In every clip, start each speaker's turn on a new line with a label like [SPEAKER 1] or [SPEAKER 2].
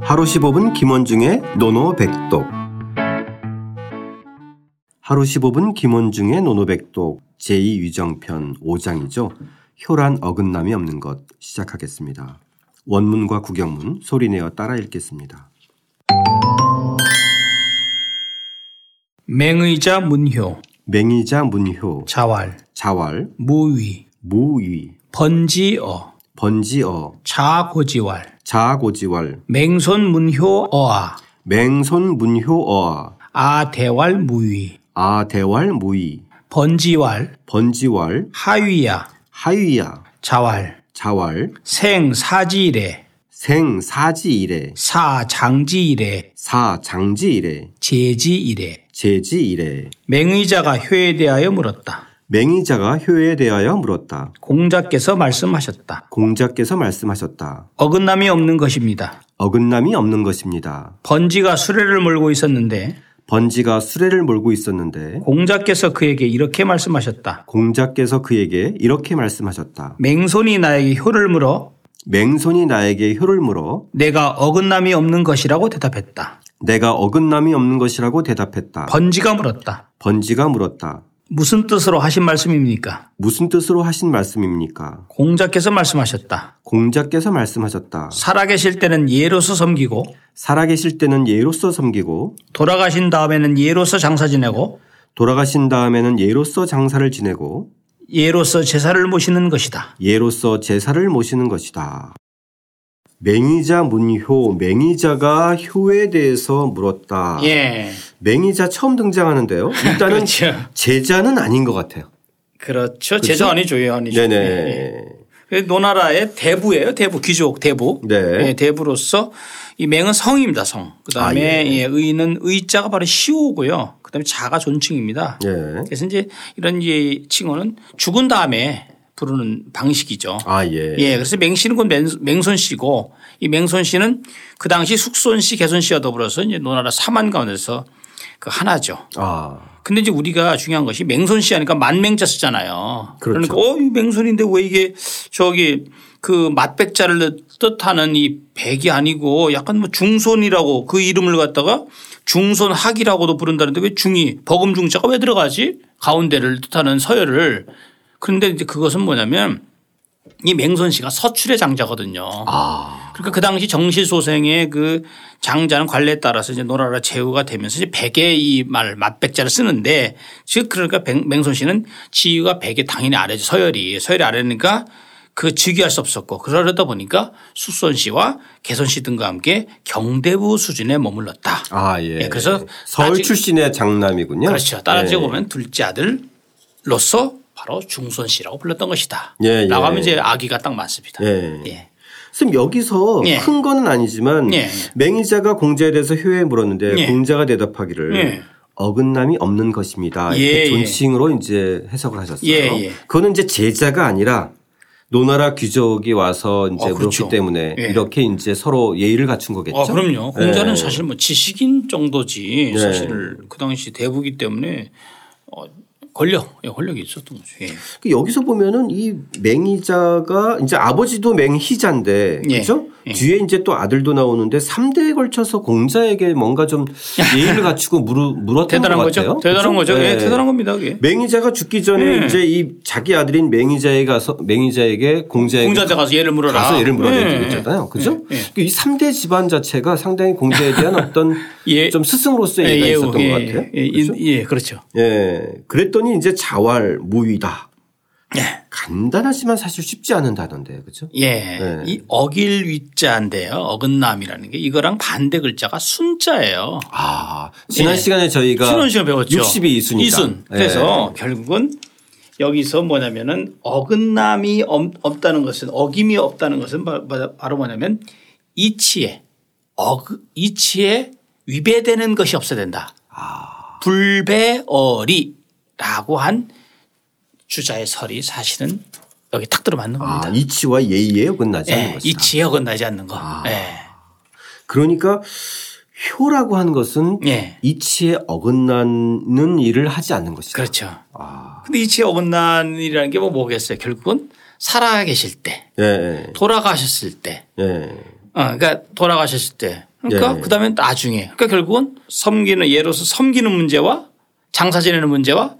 [SPEAKER 1] 하루 15분 김원중의 노노백독 하루 15분 김원중의 노노백독 제2위정편 5장이죠. 효란 어긋남이 없는 것 시작하겠습니다. 원문과 구경문 소리내어 따라 읽겠습니다.
[SPEAKER 2] 맹의자 문효,
[SPEAKER 1] 맹의자 문효
[SPEAKER 2] 자왈,
[SPEAKER 1] 자왈
[SPEAKER 2] 무위,
[SPEAKER 1] 무위
[SPEAKER 2] 번지어,
[SPEAKER 1] 번지어
[SPEAKER 2] 자고지왈,
[SPEAKER 1] 자고지왈
[SPEAKER 2] 맹손 문효 어아,
[SPEAKER 1] 맹손 문효어아
[SPEAKER 2] 아대왈 무위,
[SPEAKER 1] 아대왈 무위
[SPEAKER 2] 번지왈,
[SPEAKER 1] 번지왈
[SPEAKER 2] 하위야,
[SPEAKER 1] 하위야
[SPEAKER 2] 자왈,
[SPEAKER 1] 자왈
[SPEAKER 2] 생사지이래,
[SPEAKER 1] 생사지이래
[SPEAKER 2] 사장지이래,
[SPEAKER 1] 사장지이래
[SPEAKER 2] 제지이래.
[SPEAKER 1] 제지이래
[SPEAKER 2] 맹의자가 효에 대하여 물었다.
[SPEAKER 1] 맹의자가 효에 대하여 물었다.
[SPEAKER 2] 공자께서 말씀하셨다.
[SPEAKER 1] 공자께서 말씀하셨다.
[SPEAKER 2] 어긋남이 없는 것입니다.
[SPEAKER 1] 어긋남이 없는 것입니다.
[SPEAKER 2] 번지가 수레를 몰고 있었는데
[SPEAKER 1] 번지가 수레를 몰고 있었는데
[SPEAKER 2] 공자께서 그에게 이렇게 말씀하셨다.
[SPEAKER 1] 공자께서 그에게 이렇게 말씀하셨다.
[SPEAKER 2] 맹손이 나에게 효를 물어
[SPEAKER 1] 맹손이 나에게 효를 물어
[SPEAKER 2] 내가 어긋남이 없는 것이라고 대답했다.
[SPEAKER 1] 내가 어긋남이 없는 것이라고 대답했다.
[SPEAKER 2] 번지가 물었다.
[SPEAKER 1] 번지가 물었다.
[SPEAKER 2] 무슨 뜻으로 하신 말씀입니까?
[SPEAKER 1] 무슨 뜻으로 하신 말씀입니까?
[SPEAKER 2] 공자께서 말씀하셨다.
[SPEAKER 1] 공자께서 말씀하셨다.
[SPEAKER 2] 살아계실 때는 예로서 섬기고
[SPEAKER 1] 살아계실 때는 예로서 섬기고
[SPEAKER 2] 돌아가신 다음에는 예로서 장사 지내고
[SPEAKER 1] 돌아가신 다음에는 예로서 장사를 지내고
[SPEAKER 2] 예로서 제사를 모시는 것이다.
[SPEAKER 1] 예로서 제사를 모시는 것이다. 맹의자 문효, 맹의자가 효에 대해서 물었다.
[SPEAKER 2] 예,
[SPEAKER 1] 맹의자 처음 등장하는데요. 일단은
[SPEAKER 2] 그렇죠.
[SPEAKER 1] 제자는 아닌 것 같아요.
[SPEAKER 2] 그렇죠. 제사 아니죠, 예 아니죠. 예.
[SPEAKER 1] 네네.
[SPEAKER 2] 그 노나라의 대부예요. 대부 귀족 대부.
[SPEAKER 1] 네.
[SPEAKER 2] 예, 대부로서 이 맹은 성입니다. 성. 그다음에 예, 의는 의자가 바로 시오고요. 그다음에 자가 존칭입니다.
[SPEAKER 1] 예.
[SPEAKER 2] 그래서 이제 이런 이 칭호는 죽은 다음에 부르는 방식이죠.
[SPEAKER 1] 아, 예.
[SPEAKER 2] 예, 그래서 맹씨는 곧 맹- 맹손 씨고 이 맹손 씨는 그 당시 숙손 씨, 개손 씨와 더불어서 이제 노나라 사만 가운데서 그 하나죠.
[SPEAKER 1] 아,
[SPEAKER 2] 근데 이제 우리가 중요한 것이 맹손 씨 하니까 만맹자 쓰잖아요.
[SPEAKER 1] 그렇죠.
[SPEAKER 2] 그러니까 어, 이 맹손인데 왜 이게 저기 그 맛백자를 뜻하는 이 백이 아니고 약간 뭐 중손이라고 그 이름을 갖다가 중손학이라고도 부른다는데 왜 중이 버금중자가 왜 들어가지? 가운데를 뜻하는 서열을 그런데 이제 그것은 뭐냐면 이 맹손 씨가 서출의 장자거든요.
[SPEAKER 1] 아,
[SPEAKER 2] 그러니까 그 당시 정시소생의 그 장자는 관례에 따라서 이제 노라라 제후가 되면서 이제 백의 이 말 맞백자를 쓰는데 즉 그러니까 백- 맹손 씨는 지위가 백의 당연히 아래죠 서열이 서열이 아래니까 그 즉위할 수 없었고 그러다 보니까 숙손 씨와 개손 씨 등과 함께 경대부 수준에 머물렀다.
[SPEAKER 1] 아, 예.
[SPEAKER 2] 예, 그래서
[SPEAKER 1] 서울
[SPEAKER 2] 따지-
[SPEAKER 1] 출신의 장남이군요.
[SPEAKER 2] 그렇죠. 따라서
[SPEAKER 1] 예.
[SPEAKER 2] 보면 둘째 아들로서 바로 중손 씨라고 불렀던 것이다.
[SPEAKER 1] 예, 예.
[SPEAKER 2] 라고 하면 이제 아기가 딱 맞습니다.
[SPEAKER 1] 예.
[SPEAKER 2] 예.
[SPEAKER 1] 선생님 여기서
[SPEAKER 2] 예.
[SPEAKER 1] 큰 거는 아니지만
[SPEAKER 2] 예.
[SPEAKER 1] 맹의자가 공자에 대해서 효에 물었는데
[SPEAKER 2] 예.
[SPEAKER 1] 공자가 대답하기를
[SPEAKER 2] 예.
[SPEAKER 1] 어긋남이 없는 것입니다. 이렇게
[SPEAKER 2] 예,
[SPEAKER 1] 존칭으로 이제 해석을 하셨어요.
[SPEAKER 2] 예, 예.
[SPEAKER 1] 그거는 이제 제자가 아니라 노나라 귀족이 와서 이제
[SPEAKER 2] 어, 그렇죠.
[SPEAKER 1] 물었기 때문에
[SPEAKER 2] 예.
[SPEAKER 1] 이렇게 이제 서로 예의를 갖춘 거겠죠.
[SPEAKER 2] 아, 그럼요. 공자는
[SPEAKER 1] 예.
[SPEAKER 2] 사실 뭐 지식인 정도지
[SPEAKER 1] 네.
[SPEAKER 2] 사실 그 당시 대부기 때문에 어, 권력, 예, 권력이 있었던 거죠. 예.
[SPEAKER 1] 그 여기서 보면은 이 맹의자가 이제 아버지도 맹희자인데
[SPEAKER 2] 예.
[SPEAKER 1] 그죠? 뒤에 이제 또 아들도 나오는데 3대에 걸쳐서 공자에게 뭔가 좀 예의를 갖추고 물어 물었던
[SPEAKER 2] 대단한
[SPEAKER 1] 것
[SPEAKER 2] 거죠.
[SPEAKER 1] 같아요.
[SPEAKER 2] 대단한
[SPEAKER 1] 그죠?
[SPEAKER 2] 거죠.
[SPEAKER 1] 네.
[SPEAKER 2] 예, 대단한 겁니다. 그게.
[SPEAKER 1] 맹의자가 죽기 전에
[SPEAKER 2] 예.
[SPEAKER 1] 이제 이 자기 아들인 맹의자에 가서 맹의자에게 공자에게
[SPEAKER 2] 네, 공자한테 가서 예를 물어라.
[SPEAKER 1] 가서 예를 물어낸
[SPEAKER 2] 예.
[SPEAKER 1] 적 있잖아요. 그죠?
[SPEAKER 2] 예.
[SPEAKER 1] 이 3대 집안 자체가 상당히 공자에 대한 어떤
[SPEAKER 2] 예.
[SPEAKER 1] 좀 스승으로서의
[SPEAKER 2] 예,
[SPEAKER 1] 얘기가
[SPEAKER 2] 예,
[SPEAKER 1] 있었던
[SPEAKER 2] 예,
[SPEAKER 1] 것 같아요.
[SPEAKER 2] 예,
[SPEAKER 1] 그죠?
[SPEAKER 2] 예, 예, 그렇죠.
[SPEAKER 1] 예. 그랬더니 이제 자활 무위다.
[SPEAKER 2] 예.
[SPEAKER 1] 간단하지만 사실 쉽지 않은 단어인데, 그죠?
[SPEAKER 2] 예.
[SPEAKER 1] 네.
[SPEAKER 2] 이 어길 위자인데요. 어긋남이라는 게 이거랑 반대 글자가 순자예요.
[SPEAKER 1] 아, 지난
[SPEAKER 2] 예.
[SPEAKER 1] 시간에 저희가
[SPEAKER 2] 신원 씨가 배웠죠.
[SPEAKER 1] 그러니까 60이 이순이다.
[SPEAKER 2] 이순.
[SPEAKER 1] 예.
[SPEAKER 2] 그래서 결국은 여기서 뭐냐면은 어긋남이 엄- 없다는 것은 어김이 없다는 것은 바- 바- 바로 뭐냐면 이치에 어 이치에 위배되는 것이 없어야 된다.
[SPEAKER 1] 아.
[SPEAKER 2] 불배어리라고 한 주자의 설이 사실은 여기 탁 들어맞는
[SPEAKER 1] 아,
[SPEAKER 2] 겁니다.
[SPEAKER 1] 이치와 예의에 어긋나지 않는
[SPEAKER 2] 예,
[SPEAKER 1] 것이다. 아.
[SPEAKER 2] 이치에 어긋나지 않는 거. 예.
[SPEAKER 1] 그러니까 효라고 하는 것은
[SPEAKER 2] 예.
[SPEAKER 1] 이치에 어긋나는 일을 하지 않는 것이다.
[SPEAKER 2] 그렇죠.
[SPEAKER 1] 아,
[SPEAKER 2] 근데 이치에 어긋난이라는 게 뭐 뭐겠어요? 결국은 살아 계실 때
[SPEAKER 1] 예,
[SPEAKER 2] 돌아가셨을 때,
[SPEAKER 1] 예, 예.
[SPEAKER 2] 어, 그러니까 돌아가셨을 때 그러니까
[SPEAKER 1] 예.
[SPEAKER 2] 그다음에 나중에. 그러니까 결국은 섬기는 예로서 섬기는 문제와 장사 지내는 문제와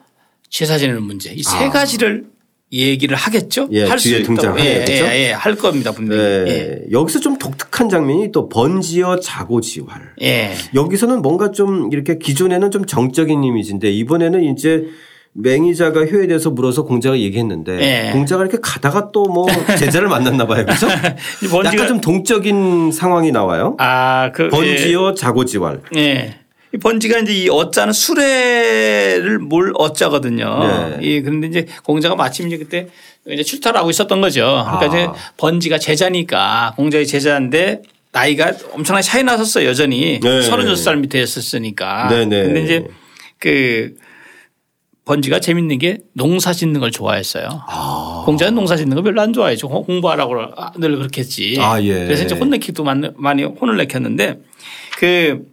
[SPEAKER 2] 제사 지내는 문제 이 세 가지를 얘기를 하겠죠.
[SPEAKER 1] 아. 예,
[SPEAKER 2] 할 수
[SPEAKER 1] 뒤에
[SPEAKER 2] 있다고. 예,
[SPEAKER 1] 등장하겠죠?
[SPEAKER 2] 예, 예, 할 겁니다 분명히. 예.
[SPEAKER 1] 네. 여기서 좀 독특한 장면이 또 번지어 자고지활.
[SPEAKER 2] 예.
[SPEAKER 1] 여기서는 뭔가 좀 이렇게 기존에는 좀 정적인 이미지인데 이번에는 이제 맹의자가 효에 대해서 물어서 공자가 얘기했는데
[SPEAKER 2] 예.
[SPEAKER 1] 공자가 이렇게 가다가 또 뭐 제자를 만났나 봐요. 그죠?
[SPEAKER 2] 이 번지가-
[SPEAKER 1] 약간 좀 동적인 상황이 나와요.
[SPEAKER 2] 아, 그 예.
[SPEAKER 1] 번지어 자고지활.
[SPEAKER 2] 예. 이 번지가 이제 이 어자는 수레를 몰 어자거든요.
[SPEAKER 1] 네.
[SPEAKER 2] 예. 그런데 이제 공자가 마침 이제 그때 이제 출타를 하고 있었던 거죠. 그러니까
[SPEAKER 1] 아.
[SPEAKER 2] 이제 번지가 제자니까 공자의 제자인데 나이가 엄청나게 차이 나섰어요. 여전히
[SPEAKER 1] 네.
[SPEAKER 2] 36살 밑에였었으니까.
[SPEAKER 1] 네, 네.
[SPEAKER 2] 근데 이제 그 번지가 재밌는 게 농사 짓는 걸 좋아했어요. 공자는 농사 짓는 거 별로 안 좋아해죠. 공부하라고 늘 그렇게 했지.
[SPEAKER 1] 아, 예.
[SPEAKER 2] 그래서 이제 혼내키도 많- 많이 혼을 내켰는데 그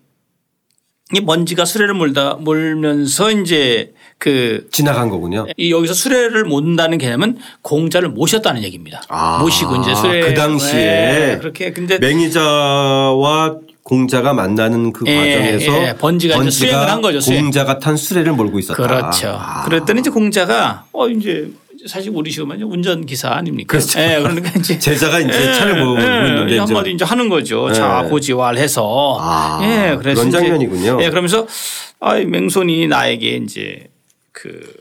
[SPEAKER 2] 이 먼지가 수레를 몰다 몰면서 이제 그
[SPEAKER 1] 지나간 거군요.
[SPEAKER 2] 이 여기서 수레를 모는다는 개념은 공자를 모셨다는 얘기입니다.
[SPEAKER 1] 아,
[SPEAKER 2] 모시고 이제 수레
[SPEAKER 1] 그 당시에
[SPEAKER 2] 네, 그렇게 근데
[SPEAKER 1] 맹의자와 공자가 만나는 그
[SPEAKER 2] 예,
[SPEAKER 1] 과정에서
[SPEAKER 2] 예, 번지가 이제 수행을 한 거죠, 수행.
[SPEAKER 1] 공자가 탄 수레를 몰고 있었다.
[SPEAKER 2] 그렇죠.
[SPEAKER 1] 아.
[SPEAKER 2] 그랬더니 이제 공자가 어 이제 사실 우리 시험은 운전 기사 아닙니까?
[SPEAKER 1] 그렇죠.
[SPEAKER 2] 예, 그러니까 이제
[SPEAKER 1] 제자가 이제 차를 몰고
[SPEAKER 2] 예,
[SPEAKER 1] 있는데
[SPEAKER 2] 이제
[SPEAKER 1] 이제
[SPEAKER 2] 한마디 이제 하는 거죠.
[SPEAKER 1] 예.
[SPEAKER 2] 자 고지활해서
[SPEAKER 1] 아,
[SPEAKER 2] 예, 그래서
[SPEAKER 1] 그런
[SPEAKER 2] 이제
[SPEAKER 1] 장면이군요.
[SPEAKER 2] 예, 그러면서 아, 이 맹손이 나에게 이제 그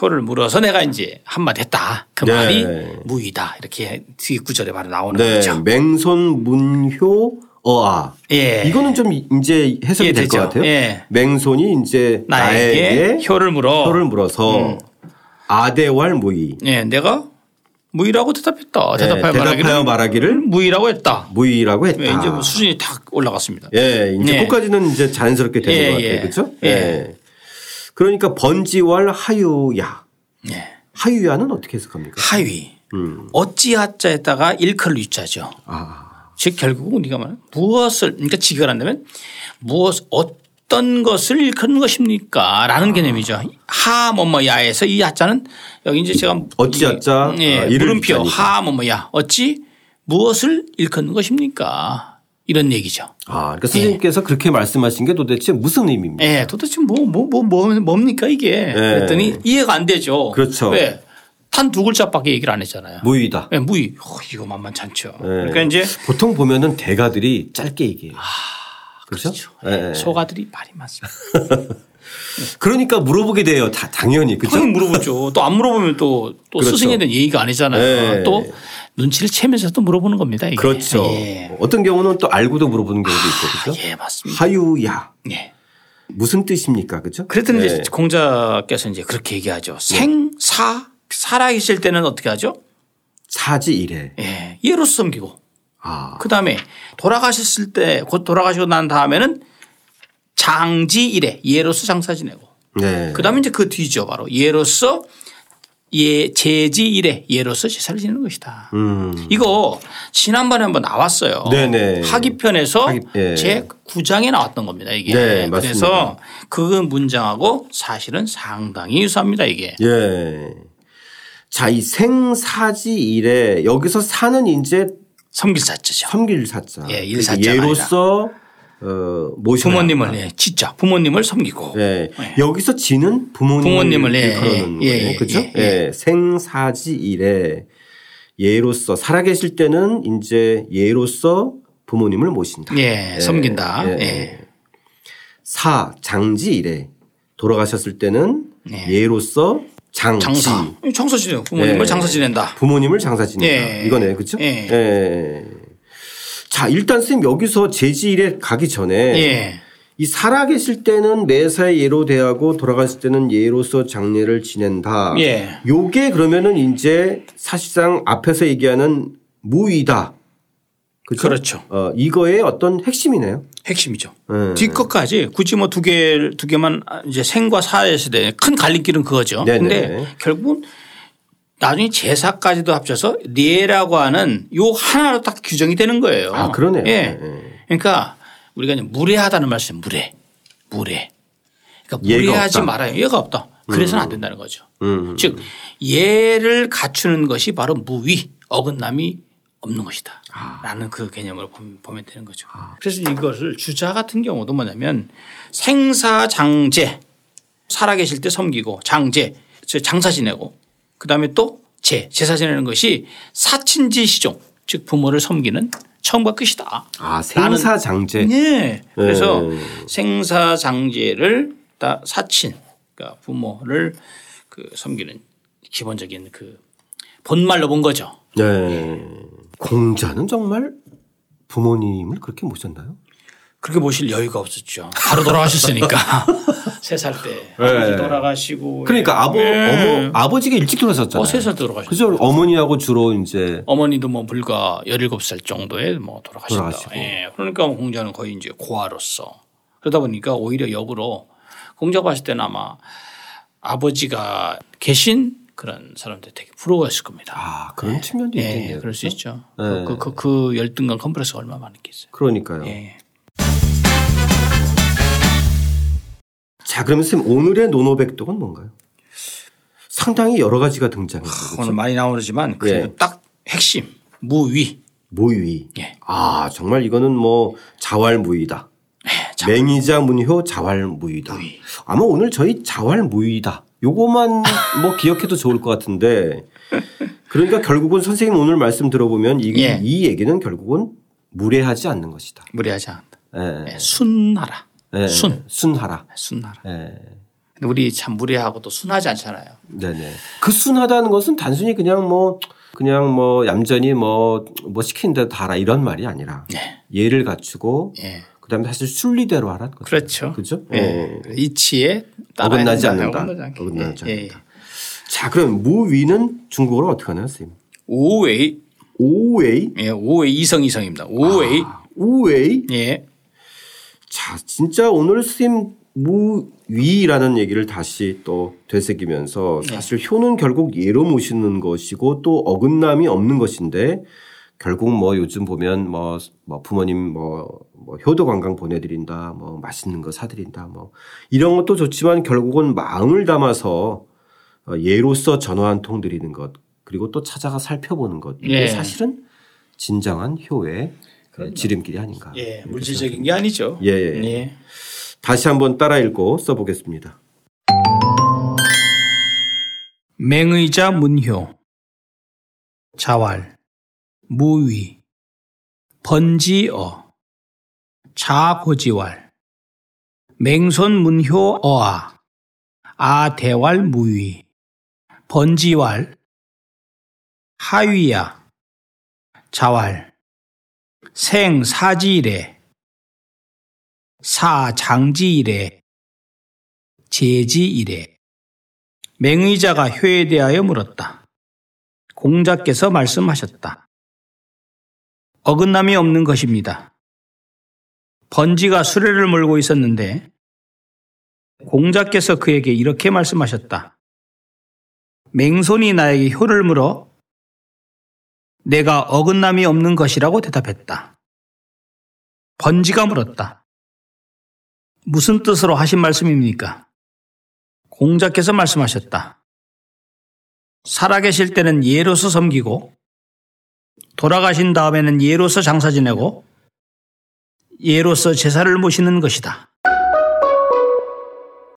[SPEAKER 2] 효를 물어서 내가 이제 한마디 했다. 그
[SPEAKER 1] 네.
[SPEAKER 2] 말이 무의다 이렇게 뒷구절에 바로 나오는
[SPEAKER 1] 네,
[SPEAKER 2] 거죠.
[SPEAKER 1] 맹손 문효 어아.
[SPEAKER 2] 예,
[SPEAKER 1] 이거는 좀 이제 해석이
[SPEAKER 2] 예,
[SPEAKER 1] 될 것
[SPEAKER 2] 되죠.
[SPEAKER 1] 같아요.
[SPEAKER 2] 예.
[SPEAKER 1] 맹손이 이제
[SPEAKER 2] 나에게,
[SPEAKER 1] 나에게,
[SPEAKER 2] 효를 음. 물어.
[SPEAKER 1] 혀를 물어서 아대왈 무이
[SPEAKER 2] 예, 내가 무의라고 대답했다.
[SPEAKER 1] 네,
[SPEAKER 2] 대답하여 말하기를
[SPEAKER 1] 대답하여 말하기를
[SPEAKER 2] 무의라고 했다.
[SPEAKER 1] 무이라고 했다.
[SPEAKER 2] 예, 이제 뭐 수준이 탁 올라갔습니다.
[SPEAKER 1] 아. 예, 이제
[SPEAKER 2] 예.
[SPEAKER 1] 끝까지는 이제 자연스럽게 되는
[SPEAKER 2] 예,
[SPEAKER 1] 것 같아요.
[SPEAKER 2] 예.
[SPEAKER 1] 그렇죠?
[SPEAKER 2] 예.
[SPEAKER 1] 그러니까 번지월 하유야.
[SPEAKER 2] 예.
[SPEAKER 1] 하유야는 어떻게 해석합니까?
[SPEAKER 2] 하위.
[SPEAKER 1] 음.
[SPEAKER 2] 어찌하자에다가 일컬 위자죠.
[SPEAKER 1] 아.
[SPEAKER 2] 즉 결국은 우리가 말하는 무엇을 그러니까 직역을 한다면 무엇 어떤 것을 일컫는 것입니까?
[SPEAKER 1] 아.
[SPEAKER 2] 라는 개념이죠. 하, 뭐, 뭐, 야에서 이 야자는 여기 이제 제가
[SPEAKER 1] 어찌하자?
[SPEAKER 2] 이- 예,
[SPEAKER 1] 아, 이를
[SPEAKER 2] 물음표
[SPEAKER 1] 뜻하니까.
[SPEAKER 2] 하, 뭐, 뭐, 야 어찌 무엇을 일컫는 것입니까? 이런 얘기죠.
[SPEAKER 1] 아, 그러니까 선생님께서 그렇게 말씀하신 게 도대체 무슨 의미입니까?
[SPEAKER 2] 예, 도대체 뭐, 뭐, 뭐, 뭐 뭡니까 이게? 그랬더니 이해가 안 되죠.
[SPEAKER 1] 예. 그렇죠.
[SPEAKER 2] 왜? 단 두 글자밖에 얘기를 안 했잖아요.
[SPEAKER 1] 무이다. 예.
[SPEAKER 2] 예, 무이. 어, 이거 만만찮죠. 그러니까 이제
[SPEAKER 1] 보통 보면은 대가들이 짧게
[SPEAKER 2] 아,
[SPEAKER 1] 얘기해요. 그렇죠? 예, 예.
[SPEAKER 2] 소가들이 말이 많습니다.
[SPEAKER 1] 그러니까 물어보게 돼요. 다 당연히. 그죠?
[SPEAKER 2] 당연히 물어보죠. 또 안 물어보면 또 또
[SPEAKER 1] 그렇죠.
[SPEAKER 2] 스승에 대한 예의가 아니잖아요.
[SPEAKER 1] 예.
[SPEAKER 2] 또 눈치를 채면서 또 물어보는 겁니다. 이게.
[SPEAKER 1] 그렇죠.
[SPEAKER 2] 예,
[SPEAKER 1] 어떤 경우는 또 알고도 물어보는 경우도 있고. 그죠?
[SPEAKER 2] 예, 맞습니다.
[SPEAKER 1] 하유야.
[SPEAKER 2] 예. 네.
[SPEAKER 1] 무슨 뜻입니까? 그죠?
[SPEAKER 2] 그랬더니
[SPEAKER 1] 예.
[SPEAKER 2] 이제 공자께서 이제 그렇게 얘기하죠. 생사 살아계실 때는 어떻게 하죠?
[SPEAKER 1] 사지 이래.
[SPEAKER 2] 예, 예로 섬기고
[SPEAKER 1] 아.
[SPEAKER 2] 그 다음에 돌아가셨을 때 곧 돌아가시고 난 다음에는 장지 이래 예로서 장사 지내고
[SPEAKER 1] 네.
[SPEAKER 2] 그 다음에 이제 그 뒤죠 바로 예로서 예 제지 이래 예로서 제사를 지내는 것이다.
[SPEAKER 1] 음.
[SPEAKER 2] 이거 지난번에 한번 나왔어요.
[SPEAKER 1] 네네.
[SPEAKER 2] 하기편에서
[SPEAKER 1] 하기- 예.
[SPEAKER 2] 제 9장에 나왔던 겁니다. 이게.
[SPEAKER 1] 네, 맞습니다.
[SPEAKER 2] 그래서 그 문장하고 사실은 상당히 유사합니다. 이게.
[SPEAKER 1] 예. 자, 이 생사지 일에 여기서 사는 이제
[SPEAKER 2] 섬길사자죠.
[SPEAKER 1] 섬길 사자. 그러니까
[SPEAKER 2] 예, 일 사자가
[SPEAKER 1] 예로서 어, 모시고
[SPEAKER 2] 부모님을 예, 진짜 부모님을 섬기고
[SPEAKER 1] 예. 여기서 지는 부모님을
[SPEAKER 2] 부모님을, 예,
[SPEAKER 1] 일컬어는
[SPEAKER 2] 예,
[SPEAKER 1] 거예요.
[SPEAKER 2] 예,
[SPEAKER 1] 그죠?
[SPEAKER 2] 예,
[SPEAKER 1] 예. 생사지 일에 예로서 살아계실 때는 이제 예로서 부모님을 모신다.
[SPEAKER 2] 예, 섬긴다. 예.
[SPEAKER 1] 사 장지 일에 돌아가셨을 때는
[SPEAKER 2] 예.
[SPEAKER 1] 예로서 장지
[SPEAKER 2] 장사. 장사 지내고 부모님을
[SPEAKER 1] 예.
[SPEAKER 2] 장사 지낸다.
[SPEAKER 1] 부모님을 장사 지낸다.
[SPEAKER 2] 예.
[SPEAKER 1] 이거네. 그렇죠?
[SPEAKER 2] 예.
[SPEAKER 1] 자, 일단 선생님 여기서 제지일에 가기 전에
[SPEAKER 2] 예.
[SPEAKER 1] 이 살아계실 때는 매사에 예로 대하고 돌아갔을 때는 예로서 장례를 지낸다.
[SPEAKER 2] 예.
[SPEAKER 1] 요게 그러면은 이제 사실상 앞에서 얘기하는 무의다. 그렇죠?
[SPEAKER 2] 그렇죠.
[SPEAKER 1] 어, 이거의 어떤 핵심이네요.
[SPEAKER 2] 핵심이죠.
[SPEAKER 1] 예.
[SPEAKER 2] 뒷 것까지 굳이 뭐 두 개 두 개만 이제 생과 사에서 대해 큰 갈림길은 그거죠.
[SPEAKER 1] 네네.
[SPEAKER 2] 근데 결국은 나중에 제사까지도 합쳐서 예라고 하는 요 하나로 딱 규정이 되는 거예요.
[SPEAKER 1] 아, 그러네요.
[SPEAKER 2] 예.
[SPEAKER 1] 예.
[SPEAKER 2] 그러니까 우리가 이제 무례하다는 말씀 무례. 무례. 그러니까
[SPEAKER 1] 예가
[SPEAKER 2] 무례하지
[SPEAKER 1] 없다.
[SPEAKER 2] 말아요. 예가 없다. 그래서는 안 된다는 거죠.
[SPEAKER 1] 음.
[SPEAKER 2] 즉 예를 갖추는 것이 바로 무위 어긋남이 없는 것이다.
[SPEAKER 1] 아.
[SPEAKER 2] 라는 그 개념으로 보면, 보면 되는 거죠. 그래서 이것을 주자 같은 경우도 뭐냐면 생사장제 살아계실 때 섬기고 장제 즉 장사 지내고 그다음에 또제 제사 지내는 것이 사친지 시종 즉 부모를 섬기는 처음과 끝이다.
[SPEAKER 1] 아, 생사장제.
[SPEAKER 2] 예. 그래서
[SPEAKER 1] 네.
[SPEAKER 2] 생사장제를 다 사친, 그러니까 부모를 그 섬기는 기본적인 그 본말로 본 거죠.
[SPEAKER 1] 네. 공자는 정말 부모님을 그렇게 모셨나요?
[SPEAKER 2] 그렇게 보실 여유가 없었죠. 바로 돌아가셨으니까 세 살 때. 아버지 돌아가시고.
[SPEAKER 1] 네. 그러니까 아버,
[SPEAKER 2] 예.
[SPEAKER 1] 어머, 아버지가 일찍 돌아섰잖아요.
[SPEAKER 2] 어, 세살 돌아가셨죠.
[SPEAKER 1] 그죠? 어머니하고 주로 이제
[SPEAKER 2] 어머니도 뭐 불과 17살 정도에 뭐 돌아가셨다.
[SPEAKER 1] 돌아가시고.
[SPEAKER 2] 예. 그러니까 뭐 공자는 거의 이제 고아로서 그러다 보니까 오히려 역으로 공자가 봤을 때는 아마 아버지가 계신 그런 사람들 되게 부러워했을 겁니다.
[SPEAKER 1] 아 그런 측면도
[SPEAKER 2] 예,
[SPEAKER 1] 있겠네요.
[SPEAKER 2] 그럴 수 있죠.
[SPEAKER 1] 예.
[SPEAKER 2] 그, 그, 그 열등감 컴프레스가 얼마나 많았겠어요.
[SPEAKER 1] 그러니까요.
[SPEAKER 2] 예.
[SPEAKER 1] 자, 그러면 선생님 오늘의 노노백독은 뭔가요? 상당히 여러 가지가 등장했어요.
[SPEAKER 2] 오늘 많이 나오지만 그래도
[SPEAKER 1] 예.
[SPEAKER 2] 딱 핵심 무위
[SPEAKER 1] 모유이.
[SPEAKER 2] 예.
[SPEAKER 1] 아, 정말 이거는 뭐 자활무이다.
[SPEAKER 2] 아,
[SPEAKER 1] 맹의자 문효 자활무이다. 아마 오늘 저희 자활무이다. 요거만 뭐 기억해도 좋을 것 같은데. 그러니까 결국은 선생님 오늘 말씀 들어보면 이,
[SPEAKER 2] 예.
[SPEAKER 1] 이 얘기는 결국은 무례하지 않는 것이다.
[SPEAKER 2] 무리하지 않다.
[SPEAKER 1] 예.
[SPEAKER 2] 예, 순하라.
[SPEAKER 1] 예.
[SPEAKER 2] 순.
[SPEAKER 1] 순하라.
[SPEAKER 2] 순하라.
[SPEAKER 1] 예.
[SPEAKER 2] 근데 우리 참 무례하고도 순하지 않잖아요.
[SPEAKER 1] 네네. 그 순하다는 것은 단순히 그냥 뭐 그냥 뭐 얌전히 뭐 뭐 시키는 대로 다 하라 이런 말이 아니라
[SPEAKER 2] 예.
[SPEAKER 1] 예를 갖추고
[SPEAKER 2] 예.
[SPEAKER 1] 그다음에 사실 순리대로 하라는 거죠.
[SPEAKER 2] 그렇죠.
[SPEAKER 1] 그죠? 어.
[SPEAKER 2] 예. 이치에 따라야
[SPEAKER 1] 어긋나지
[SPEAKER 2] 된다.
[SPEAKER 1] 않는다.
[SPEAKER 2] 어긋나지 않게.
[SPEAKER 1] 어긋나지
[SPEAKER 2] 예. 예.
[SPEAKER 1] 자, 그럼 무위는 중국어로 어떻게 하나요, 선생님?
[SPEAKER 2] 오웨이,
[SPEAKER 1] 오웨이,
[SPEAKER 2] 예, 오웨이 이성 이성입니다. 오웨이,
[SPEAKER 1] 아. 우웨이.
[SPEAKER 2] 예,
[SPEAKER 1] 자, 진짜 오늘 선생님 무위라는 얘기를 다시 또 되새기면서
[SPEAKER 2] 네.
[SPEAKER 1] 사실 효는 결국 예로 모시는 것이고 또 어긋남이 없는 것인데 결국 뭐 요즘 보면 뭐, 뭐 부모님 뭐, 뭐 효도 관광 보내드린다 뭐 맛있는 거 사드린다 뭐 이런 것도 좋지만 결국은 마음을 담아서 어, 예로서 전화 한 통 드리는 것 그리고 또 찾아가 살펴보는 것 이게
[SPEAKER 2] 예.
[SPEAKER 1] 사실은 진정한 효의 지름길이 아닌가.
[SPEAKER 2] 예, 물질적인 게 아니죠.
[SPEAKER 1] 예, 예. 다시 한번 따라 읽고 써보겠습니다.
[SPEAKER 2] 맹의자 문효, 자활, 무위, 번지어, 자고지활, 맹손 문효 어아, 아대활 무위, 번지활, 하위야, 자활, 생사지래, 사장지이래, 제지이래. 맹의자가 효에 대하여 물었다. 공자께서 말씀하셨다. 어긋남이 없는 것입니다. 번지가 수레를 몰고 있었는데 공자께서 그에게 이렇게 말씀하셨다. 맹손이 나에게 효를 물어 내가 어긋남이 없는 것이라고 대답했다. 번지가 물었다. 무슨 뜻으로 하신 말씀입니까? 공자께서 말씀하셨다. 살아계실 때는 예로서 섬기고 돌아가신 다음에는 예로서 장사 지내고 예로서 제사를 모시는 것이다.